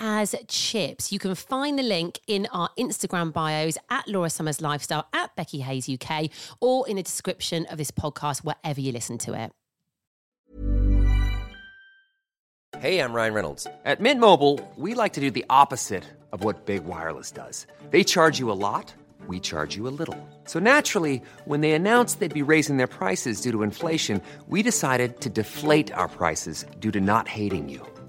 as chips. You can find the link in our Instagram bios at Laura Summers Lifestyle, at Becky Hayes UK, or in the description of this podcast, wherever you listen to it. Hey, I'm Ryan Reynolds. At Mint Mobile, we like to do the opposite of what Big Wireless does. They charge you a lot, we charge you a little. So naturally, when they announced they'd be raising their prices due to inflation, we decided to deflate our prices due to not hating you.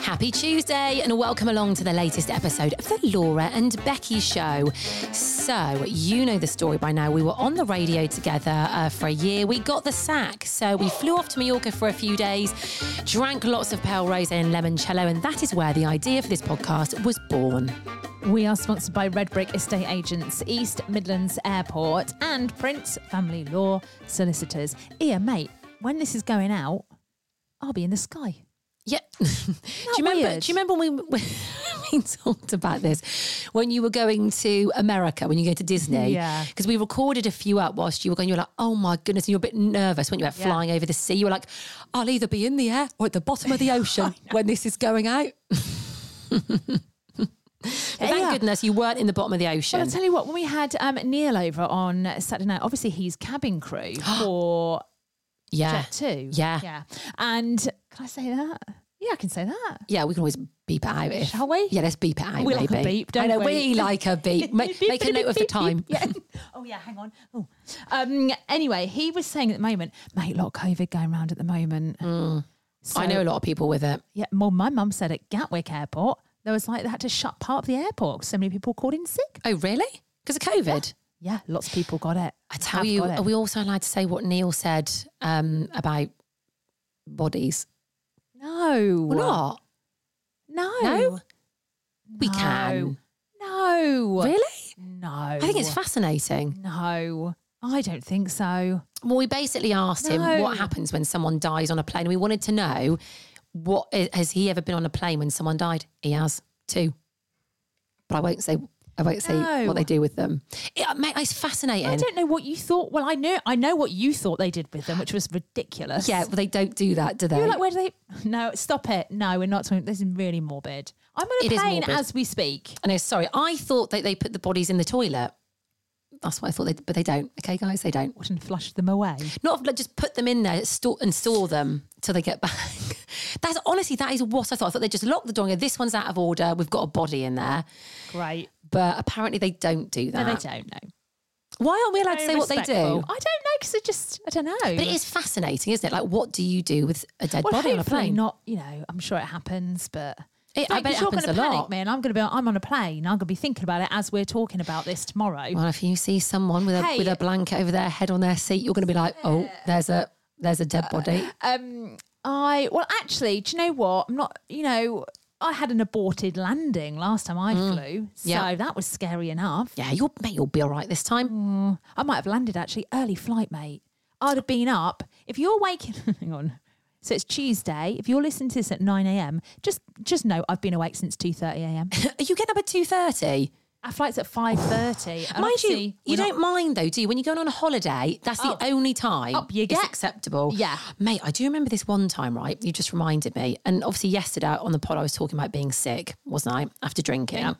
Happy Tuesday and welcome along to the latest episode of the Laura and Becky show. So, you know the story by now. We were on the radio together uh, for a year. We got the sack. So, we flew off to Mallorca for a few days, drank lots of pale rose and limoncello, and that is where the idea for this podcast was born. We are sponsored by Red Brick Estate Agents, East Midlands Airport, and Prince Family Law Solicitors. Here, mate, when this is going out, I'll be in the sky. Yeah. do you remember? weird? Do you remember when we, when we talked about this when you were going to America when you go to Disney? Yeah. Because we recorded a few up whilst you were going. You were like, "Oh my goodness!" And you were a bit nervous when you were Yeah. flying over the sea. You were like, "I'll either be in the air or at the bottom of the ocean when this is going out." But thank Yeah. goodness you weren't in the bottom of the ocean. Well, I'll tell you what, when we had um, Neil over on Saturday night, obviously he's cabin crew for yeah. Jet 2. Yeah. yeah. Yeah. And can I say that? Yeah, I can say that. we can always beep it out. If, Shall we? Yeah, let's beep it out. We like maybe. a beep, don't I know, we? like a beep. Make, make a note of the time. Yeah. Oh, yeah, hang on. Oh. Um, anyway, he was saying at the moment, mate, lot of COVID going round at the moment. Mm. I know a lot of people with it. Yeah, well, my mum said at Gatwick Airport, there was like, they had to shut part of the airport. 'cause So many people called in sick. Oh, really? Because of COVID? Yeah, lots of people got it. I tell Have you, got it. are we also allowed to say what Neil said um, about bodies? No. We're not. No. No? We No. can. No. Really? No. I think it's fascinating. No, I don't think so. Well, we basically asked him No. what happens when someone dies on a plane. We wanted to know what has he ever been on a plane when someone died? He has too, but I won't say. I won't say No. what they do with them. It, mate, it's fascinating. I don't know what you thought. Well, I know I know what you thought they did with them, which was ridiculous. yeah, well, they don't do that, do they? You're like, where do they? No, stop it. No, we're not talking. This is really morbid. I'm on a It is plane morbid. as we speak. I know. Oh, Sorry, I thought that they put the bodies in the toilet. That's what I thought they, but they don't. Okay, guys, they don't. What, And flush them away. Not like just put them in there store, and store them till they get back. That's honestly that is what I thought. I thought they just locked the door and go, this one's out of order. We've got a body in there, Great. but apparently they don't do that. No, they don't know. Why aren't we allowed to say what they do? I don't know because it just I don't know. But it is fascinating, isn't it? Like, what do you do with a dead well, body on a hopefully plane? Not you know. I'm sure it happens, but. It- I bet Don't- 'cause it you're happens gonna a panic lot. me, and I'm going to be. I'm on a plane. I'm going to be thinking about it as we're talking about this tomorrow. Well, if you see someone with a Hey. with a blanket over their head on their seat, you're going to be like, oh, there's a there's a dead body. Um, I well, actually, do you know what? I'm not. You know, I had an aborted landing last time I flew, so Mm. Yeah. that was scary enough. yeah, you'll mate, you'll be all right this time. Mm. I might have landed actually early flight, mate. I'd have been up if you're waking. hang on. So it's Tuesday. If you're listening to this at nine a.m., just just know I've been awake since two thirty a.m. Are you getting up at two thirty? Our flight's at five thirty. Mind you, you don't mind though, do you? When you're going on a holiday, that's the only time Oh. Up you it's get. acceptable. Yeah. Mate, I do remember this one time, right? You just reminded me. And obviously, yesterday on the pod, I was talking about being sick, wasn't I? After drinking.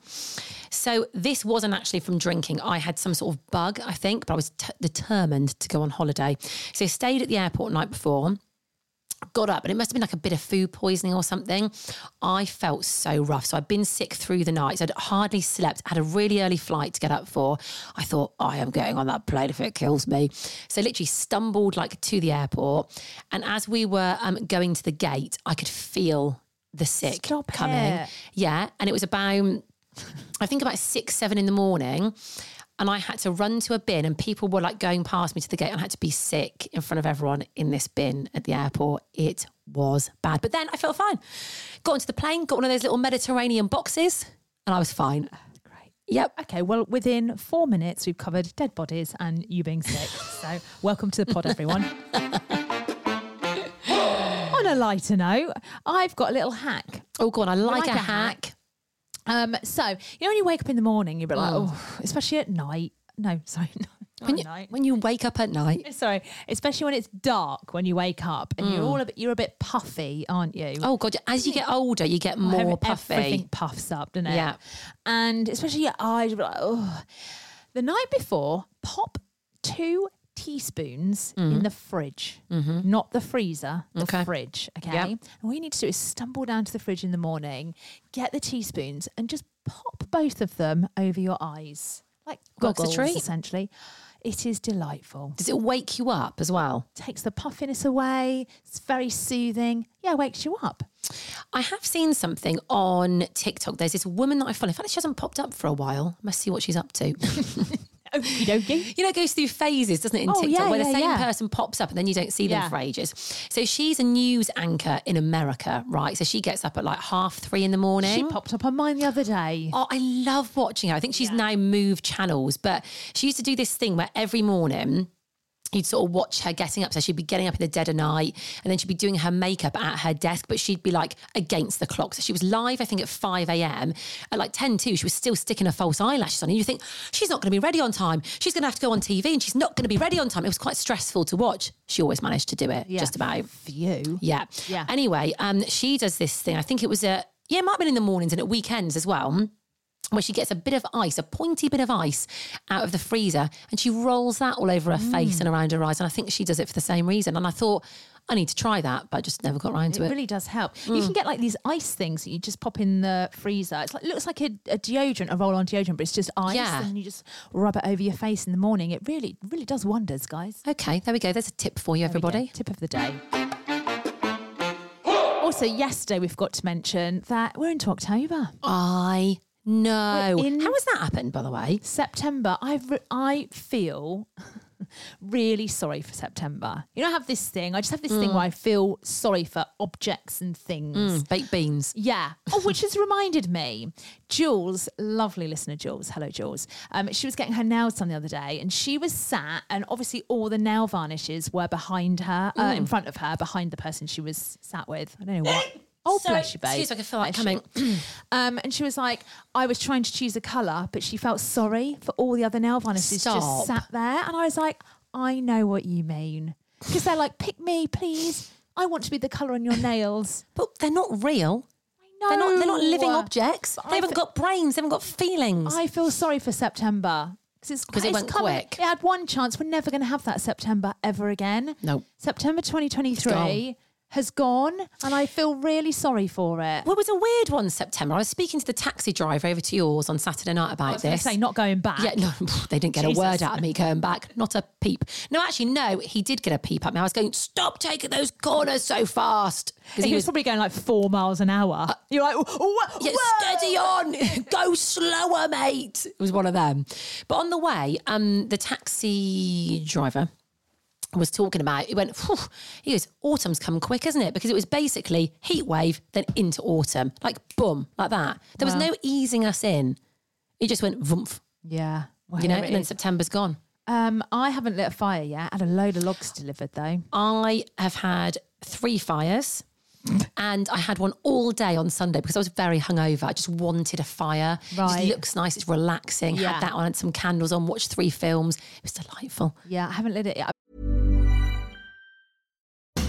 So this wasn't actually from drinking. I had some sort of bug, I think, but I was t- determined to go on holiday. So I stayed at the airport night before got up and it must have been like a bit of food poisoning or something. I felt so rough. So I'd been sick through the night. So I'd hardly slept, had a really early flight to get up for. I thought, I am going on that plane if it kills me. So literally stumbled like to the airport. And as we were um, going to the gate, I could feel the sick Stop coming. it. Yeah. And it was about, I think about six, seven in the morning. And I had to run to a bin, and people were like going past me to the gate. And I had to be sick in front of everyone in this bin at the airport. It was bad. But then I felt fine. Got onto the plane, got one of those little Mediterranean boxes, and I was fine. Great. Yep. Okay. Well, within four minutes, we've covered dead bodies and you being sick. so, welcome to the pod, everyone. On a lighter note, I've got a little hack. Oh, God, I like, Like a, a hack. Um, so you know when you wake up in the morning, you're a bit like, oh, especially at night. No, sorry, not Mm. When not you, at night. when you wake up at night. Sorry, especially when it's dark when you wake up Mm. and you're all a bit, you're a bit puffy, aren't you? Oh, God. As you get older, you get more Every- puffy. Everything puffs up, doesn't it? Yeah. And especially your eyes. you're Like, oh. The night before, pop two teaspoons in the fridge, not the freezer, the Mm-hmm. Okay. fridge. Okay. Yep. And all you need to do is stumble down to the fridge in the morning, get the teaspoons, and just pop both of them over your eyes, like Works a goggles, treat. essentially. It is delightful. Does it wake you up as well? Takes the puffiness away. It's very soothing. Yeah, wakes you up. I have seen something on TikTok. There's this woman that I follow. In fact, she hasn't popped up for a while. Must see what she's up to. Okie dokie. you know, it goes through phases, doesn't it, in Oh, TikTok, yeah, where the yeah, same yeah. person pops up and then you don't see them Yeah. for ages. So she's a news anchor in America, right? So she gets up at like half three in the morning. She popped up on mine the other day. Oh, I love watching her. I think she's now moved channels, but she used to do this thing where every morning you'd sort of watch her getting up. So she'd be getting up in the dead of night and then she'd be doing her makeup at her desk, but she'd be like against the clock. So she was live, I think, at 5 a.m. At like 10 to, she was still sticking her false eyelashes on. And you think, she's not going to be ready on time. She's going to have to go on TV and she's not going to be ready on time. It was quite stressful to watch. She always managed to do it, just about. for you. Yeah. Yeah. Anyway, um, she does this thing. I think it was a yeah, it might have been in the mornings and at weekends as well. Where she gets a bit of ice, a pointy bit of ice out of the freezer, and she rolls that all over her face and around her eyes. And I think she does it for the same reason. And I thought, I need to try that, but I just never got around It to it. Mm. really does help. You can get like these ice things that you just pop in the freezer. It's like looks like a, a deodorant, a roll-on deodorant, but it's just ice, Yeah. and you just rub it over your face in the morning. It really, really does wonders, guys. okay, there we go. There's a tip for you, There we go. everybody. Tip of the day. Also, yesterday we've got to mention that we're into October. Oh. I know. We're in- How has that happened, by the way? September, I re- I feel really sorry for September. You know, I have this thing. I just have this thing where I feel sorry for objects and things. Mm, baked beans. Yeah. Oh, which has reminded me, Jules, lovely listener, Jules. Hello, Jules. Um, she was getting her nails done the other day, and she was sat, and obviously all the nail varnishes were behind her, Mm. uh, in front of her, behind the person she was sat with. I don't know what. Oh, bless you, babe. Excuse me, I can feel that Bless you. Um, and she was like, I was trying to choose a colour, but she felt sorry for all the other nail varnishes Stop. just sat there. And I was like, I know what you mean. Because they're like, pick me, please. I want to be the colour on your nails. But they're not real. They're not. They're not living No. objects. But They I haven't fe- got brains. They haven't got feelings. I feel sorry for September. Because it's, 'Cause it it's went coming- quick. It had one chance. We're never going to have that September ever again. Nope. September 2023 has gone, and I feel really sorry for it. Well, it was a weird one, September. I was speaking to the taxi driver over to yours on Saturday night about I was going this. to say, not going back. yeah, no, they didn't get Jesus. a word out of me going back. Not a peep. No, actually, no, he did get a peep at me. I was going, stop taking those corners so fast. Because He, was, probably going like four miles an hour. You're like, "Wha- Uh, Yeah, whoa!" steady on, go slower, mate. It was one of them. But on the way, um, the taxi driver was talking about. He went, Phew. he goes, autumn's come quick, isn't it? Because it was basically heat wave, then into autumn, like boom, like that. There was no easing us in. It just went vumph, Yeah. Well, you know. here it And then is. September's gone. um, I haven't lit a fire yet. I had a load of logs delivered though. I have had three fires. and I had one all day on Sunday because I was very hungover. I just wanted a fire. It just Right. looks nice. It's relaxing. Yeah. Had that on. Had some candles on. Watched three films. It was delightful. Yeah, I haven't lit it yet.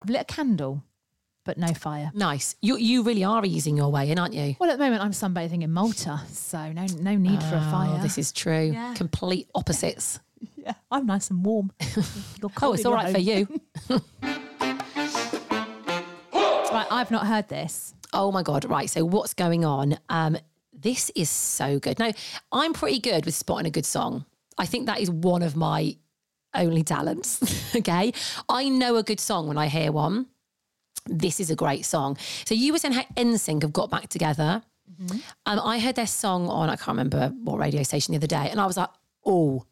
I've lit a candle, but no fire. Nice. You you really are easing your way in, aren't you? Well, at the moment, I'm sunbathing in Malta, so no no need for a Oh, fire. This is true. Yeah. Complete opposites. yeah, I'm nice and warm. You're Oh, cold it's in all right your for home. you. Right, I've not heard this. Oh my God. Right. So, what's going on? Um, this is so good. Now, I'm pretty good with spotting a good song. I think that is one of my only talents. okay. I know a good song when I hear one. This is a great song. So, you were saying how NSYNC have got back together. Mm-hmm. Um, I heard their song on, I can't remember what radio station the other day, and I was like, oh.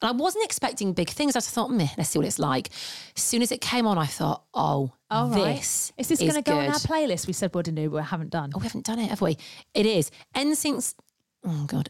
And I wasn't expecting big things. I just thought, meh, let's see what it's like. As soon as it came on, I thought, oh, All right. this is this going going to go on our playlist? We said we'd do, but we haven't done. Oh, we haven't done it, have we? It is NSYNC's. Oh God,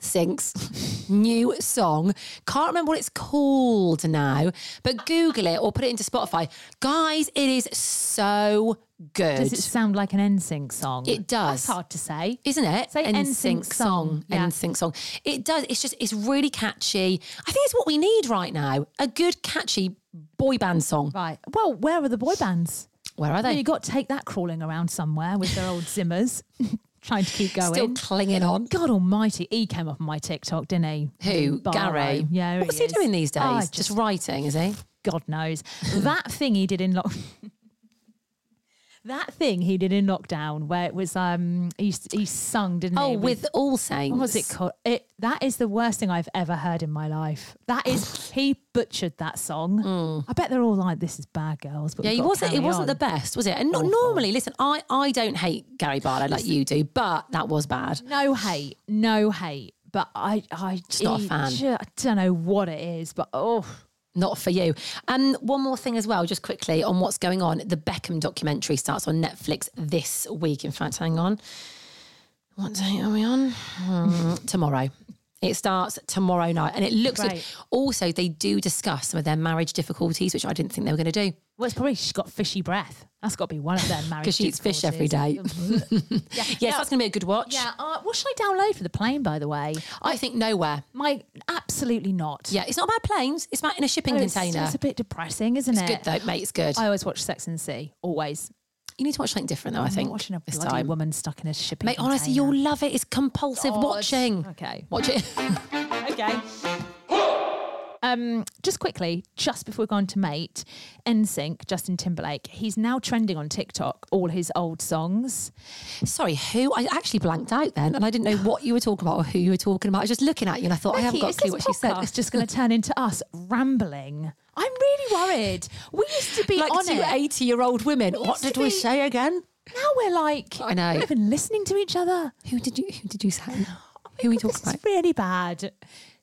NSYNC's new song. Can't remember what it's called now, but Google it or put it into Spotify, guys. It is so good, Does it sound like an NSYNC song? It does. That's hard to say. isn't it? Say NSYNC NSYNC song. Yeah. NSYNC song. It does. It's just it's really catchy. I think it's what we need right now. A good catchy boy band song. Right. Well, where are the boy bands? Where are I mean, they? you got to take that crawling around somewhere with their old Zimmers, trying to keep going. Still clinging on. God Almighty, he came off my TikTok, didn't he? Who? Barrow. Gary. Yeah. What's he is. doing these days? Ah, just, writing, is he? God knows. That thing he did in lock. that thing he did in lockdown, where it was um, he he sung, didn't Oh, he? with All Saints. what was it called? It that is the worst thing I've ever heard in my life. That is he butchered that song. I bet they're all like, "This is bad girls." Mm. But Yeah, he we've got to wasn't. It carry wasn't the on." best, was it? And not Awful. normally. Listen, I I don't hate Gary Barlow like you do, but that was bad. No hate, no hate. But I, I Just not a he fan. ju- I don't know what it is, but oh, Not for you. And one more thing as well, just quickly on what's going on. The Beckham documentary starts on Netflix this week. In fact, hang on. What date are we on? Hmm, tomorrow. It starts tomorrow night, and it looks good. Right. Also, they do discuss some of their marriage difficulties, which I didn't think they were going to do. well, it's probably she's got fishy breath. That's got to be one of them. Because she eats fish every day. yes, that's going to be a good watch. Yeah. Uh, what should I download for the plane? By the way, I think nowhere. my absolutely not. Yeah, it's not about planes. It's about in a shipping Oh, it's, container. it's a bit depressing, isn't It's it? good though, mate. It's good. I always watch Sex and the Sea. Always. you need to watch something different though. I I'm think not watching a this bloody time. woman stuck in a shipping. Mate, honestly, container. you'll love it. It's compulsive God. watching. Okay. Watch it. Okay. Um, just quickly, just before we go on to mate, NSYNC, Justin Timberlake, he's now trending on TikTok all his old songs. Sorry, who? I actually blanked out then, and I didn't know what you were talking about or who you were talking about. I was just looking at you, and I thought I haven't Becky, got is a clue this what she said. podcast just going to turn into us rambling. I'm really worried. We used to be like on two it. eighty-year-old women. what used to did we be- say again? Now we're like, I know. we're not even listening to each other. Who did you? Who did you say? who are we talking This about? is really bad.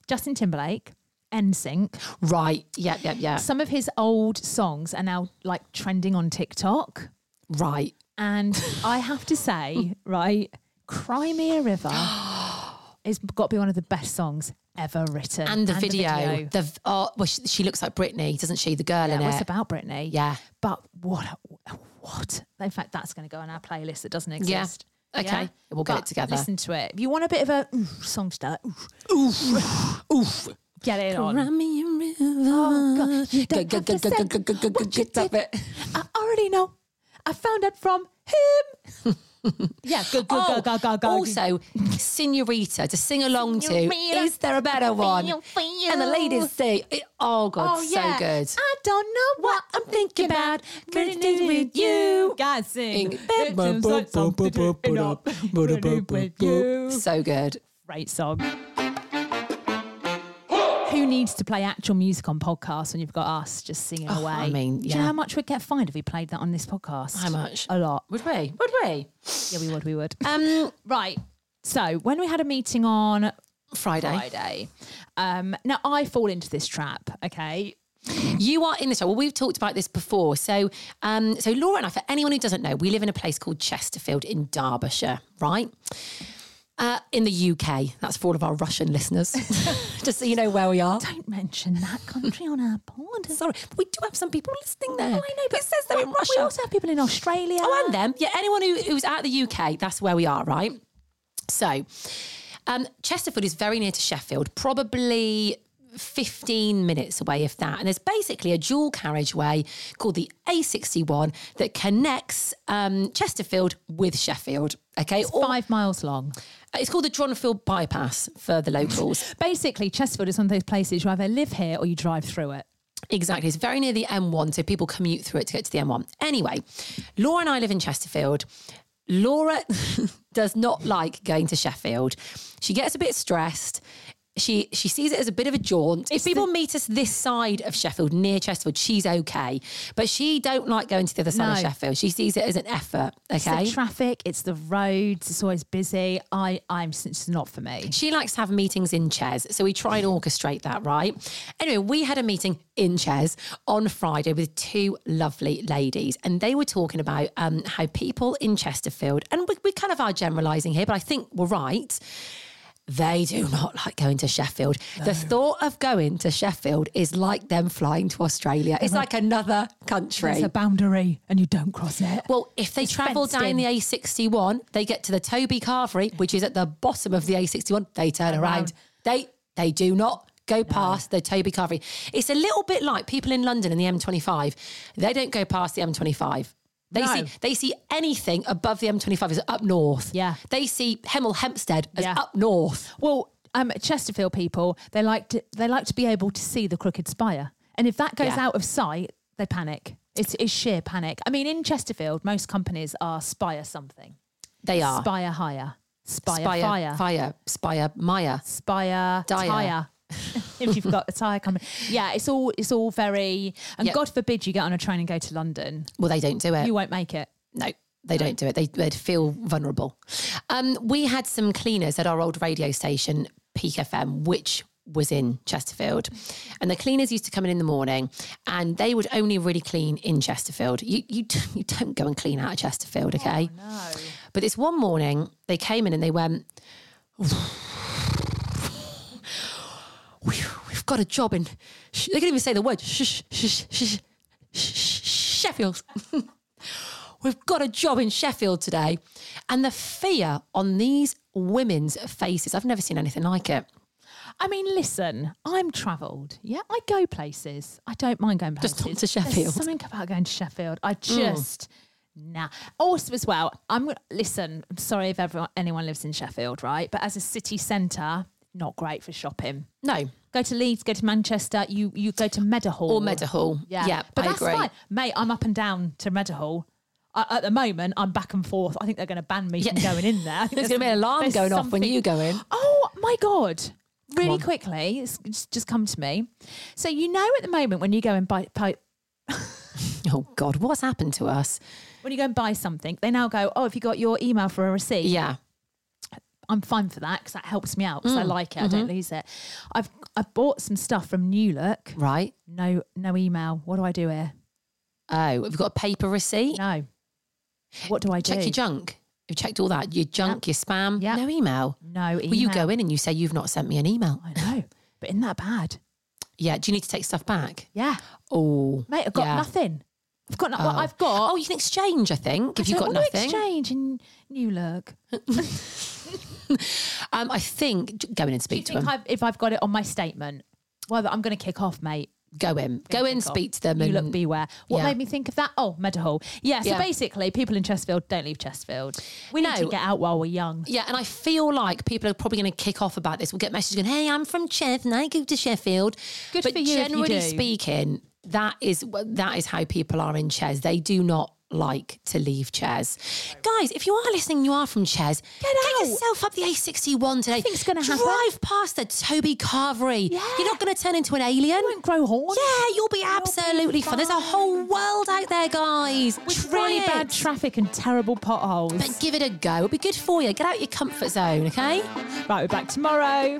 Justin Timberlake, NSYNC. Right. Yep. Yep. Yep. Some of his old songs are now like trending on TikTok. Right. And I have to say, right, Crimea River has got to be one of the best songs ever written. And the video. The, video. v- oh, well, she, she looks like Britney, doesn't she? The girl Yeah, in it was it. about Britney. Yeah. But what, a- what? In fact, that's going to go on our playlist that doesn't Yeah. exist. Okay. We'll get it But together. Listen to it. If you want a bit of a ooh, song start, ooh, Oof. get it on. Crimea River. Oh, God. You don't Go, have go, to go, go, say go, go, go, what you get that did. bit. I already know. I found it from him. yeah, go, go, Oh, go, go, go, go. Also, Senorita to sing along to. Senorita. Is there a better one? Feel, feel. And the ladies say, it- oh God, oh, so yeah. good. I don't know what I'm thinking about. Good news with you. Guys sing. It seems like something to do up. Um, Good news with you. So good. Great song. who needs to play actual music on podcasts when you've got us just singing away? Oh, I mean, Do you yeah. know how much we'd get fined if we played that on this podcast? How much? A lot. Would we? Would we? Yeah, we would. We would. Um, right. So when we had a meeting on Friday. Friday, um, now I fall into this trap. Okay. You are in the show. Well, we've talked about this before. So, um, so Laura and I, for anyone who doesn't know, we live in a place called Chesterfield in Derbyshire, right? Uh, in the UK. That's for all of our Russian listeners, just so you know where we are. Don't mention that country on our pod. Sorry, but we do have some people listening there. Oh, I know, but it says they're in Russia. We also have people in Australia. Oh, and them. Yeah, anyone who, who's out of the UK, that's where we are, right? So, um, Chesterfield is very near to Sheffield, probably 15 minutes away, if that. And there's basically a dual carriageway called the A61 that connects um, Chesterfield with Sheffield. Okay, Or- Five miles long. it's called the Dronfield Bypass for the locals. Basically, Chesterfield is one of those places you either live here or you drive through it. Exactly. It's very near the M1, so people commute through it to get to the M1. Anyway, Laura and I live in Chesterfield. Laura does not like going to Sheffield. She gets a bit stressed. She she sees it as a bit of a jaunt. If people meet us this side of Sheffield, near Chesterfield, she's okay. But she don't like going to the other side of No. Sheffield. She sees it as an effort. Okay. It's the traffic. It's the roads. It's always busy. I, I'm. It's not for me. She likes to have meetings in chairs, so we try and orchestrate that, right? Anyway, we had a meeting in chairs on Friday with two lovely ladies, and they were talking about um, how people in Chesterfield, and we, we kind of are generalising here, but I think we're right. They do not like going to Sheffield. The thought of going to Sheffield is like them flying to Australia. It's like another country. It's a boundary, and you don't cross it. Well, if they travel fenced down in. the A61, they get to the Toby Carvery, which is at the bottom of the A61. They turn around. They they do not go past the Toby Carvery. It's a little bit like people in London in the M25. They don't go past the M25. They see they see anything above the M25 as up north. Yeah. They see Hemel Hempstead as Yeah. up north. Well, um, Chesterfield people they like to they like to be able to see the crooked spire, and if that goes Yeah. out of sight, they panic. It's, it's sheer panic. I mean, in Chesterfield, most companies are spire something, They are. spire higher, spire, fire, fire, spire, Maya. spire Dire. tire. if you've got a tire company, yeah, it's all it's all very. And Yeah. God forbid you get on a train and go to London, Well, they don't do it. you won't make it. no, they don't do it. They, they'd feel vulnerable. Um, we had some cleaners at our old radio station, Peak FM, which was in Chesterfield. And the cleaners used to come in in the morning and they would only really clean in Chesterfield. You, you, you don't go and clean out of Chesterfield, okay? But this one morning, they came in and they went, we, we've got a job in, sh- they couldn't even say the word, sh- sh- sh- sh- sh- sh- Sheffield. We've got a job in Sheffield today. And the fear on these women's faces, I've never seen anything like it. I mean, listen, I'm travelled. Yeah, I go places. I don't mind going places. Just not to Sheffield. Mm. There's something about going to Sheffield. I just nah. Also, as well, I'm gonna listen. I'm sorry if everyone, anyone lives in Sheffield, right? But as a city centre, not great for shopping. No. Go to Leeds. Go to Manchester. You you go to Meadowhall Or Meadowhall. Yeah, but I that's agree. fine, mate. I'm up and down to Meadowhall. I, at the moment, I'm back and forth. I think they're going to ban me from going in there. I think There's gonna be an alarm there's going off when something- you go in. Oh my god! Really quickly, it's it's just come to me. So you know, at the moment, when you go and buy, buy Oh, God, what's happened to us? when you go and buy something, they now go, "Oh, have you got your email for a receipt?" Yeah. I'm fine for that because that helps me out because Mm. I like Mm-hmm. it. I don't lose it. I've I bought some stuff from New Look. Right. No, no email. What do I do here? Oh, have you got a paper receipt? No. What do I do? Check your junk. You've checked all that. Your junk, your spam, Yep. no email. No email. Well, you go in and you say, You've not sent me an email. I know, but isn't that bad? Yeah. Do you need to take stuff back? Yeah, Oh. mate, I've got yeah. nothing. I've got no, Oh. well, I've got. Oh, you can exchange, I think, if I you've got don't want to nothing. Exchange and new look. Um, I think go in and Do you speak to think them. I've, if I've got it on my statement? Well, I'm going to kick off, mate. Go in. Go in, speak to them. You and look beware. What yeah. made me think of that? Oh, Meadowhall. Yeah. So Yeah. basically, people in Chesterfield don't leave Chesterfield. We need to No. get out while we're young. Yeah, and I feel like people are probably going to kick off about this. We'll get messages going, "Hey, I'm from Chev, and I go to Sheffield." Good but for you if you generally do. speaking, that is that is how people are in Ches. They do not like to leave Chairs. Guys, if you are listening, you are from Chairs. Get, out. yourself up the A61 today. I think it's gonna Drive happen. past the Toby Carvery. Yeah. You're not going to turn into an alien. won't grow horns. Yeah, you'll be You'll be absolutely fine. There's a whole world out there, guys. With Try really it. bad traffic and terrible potholes. But give it a go. It'll be good for you. Get out of your comfort zone, okay? Right, we're back tomorrow.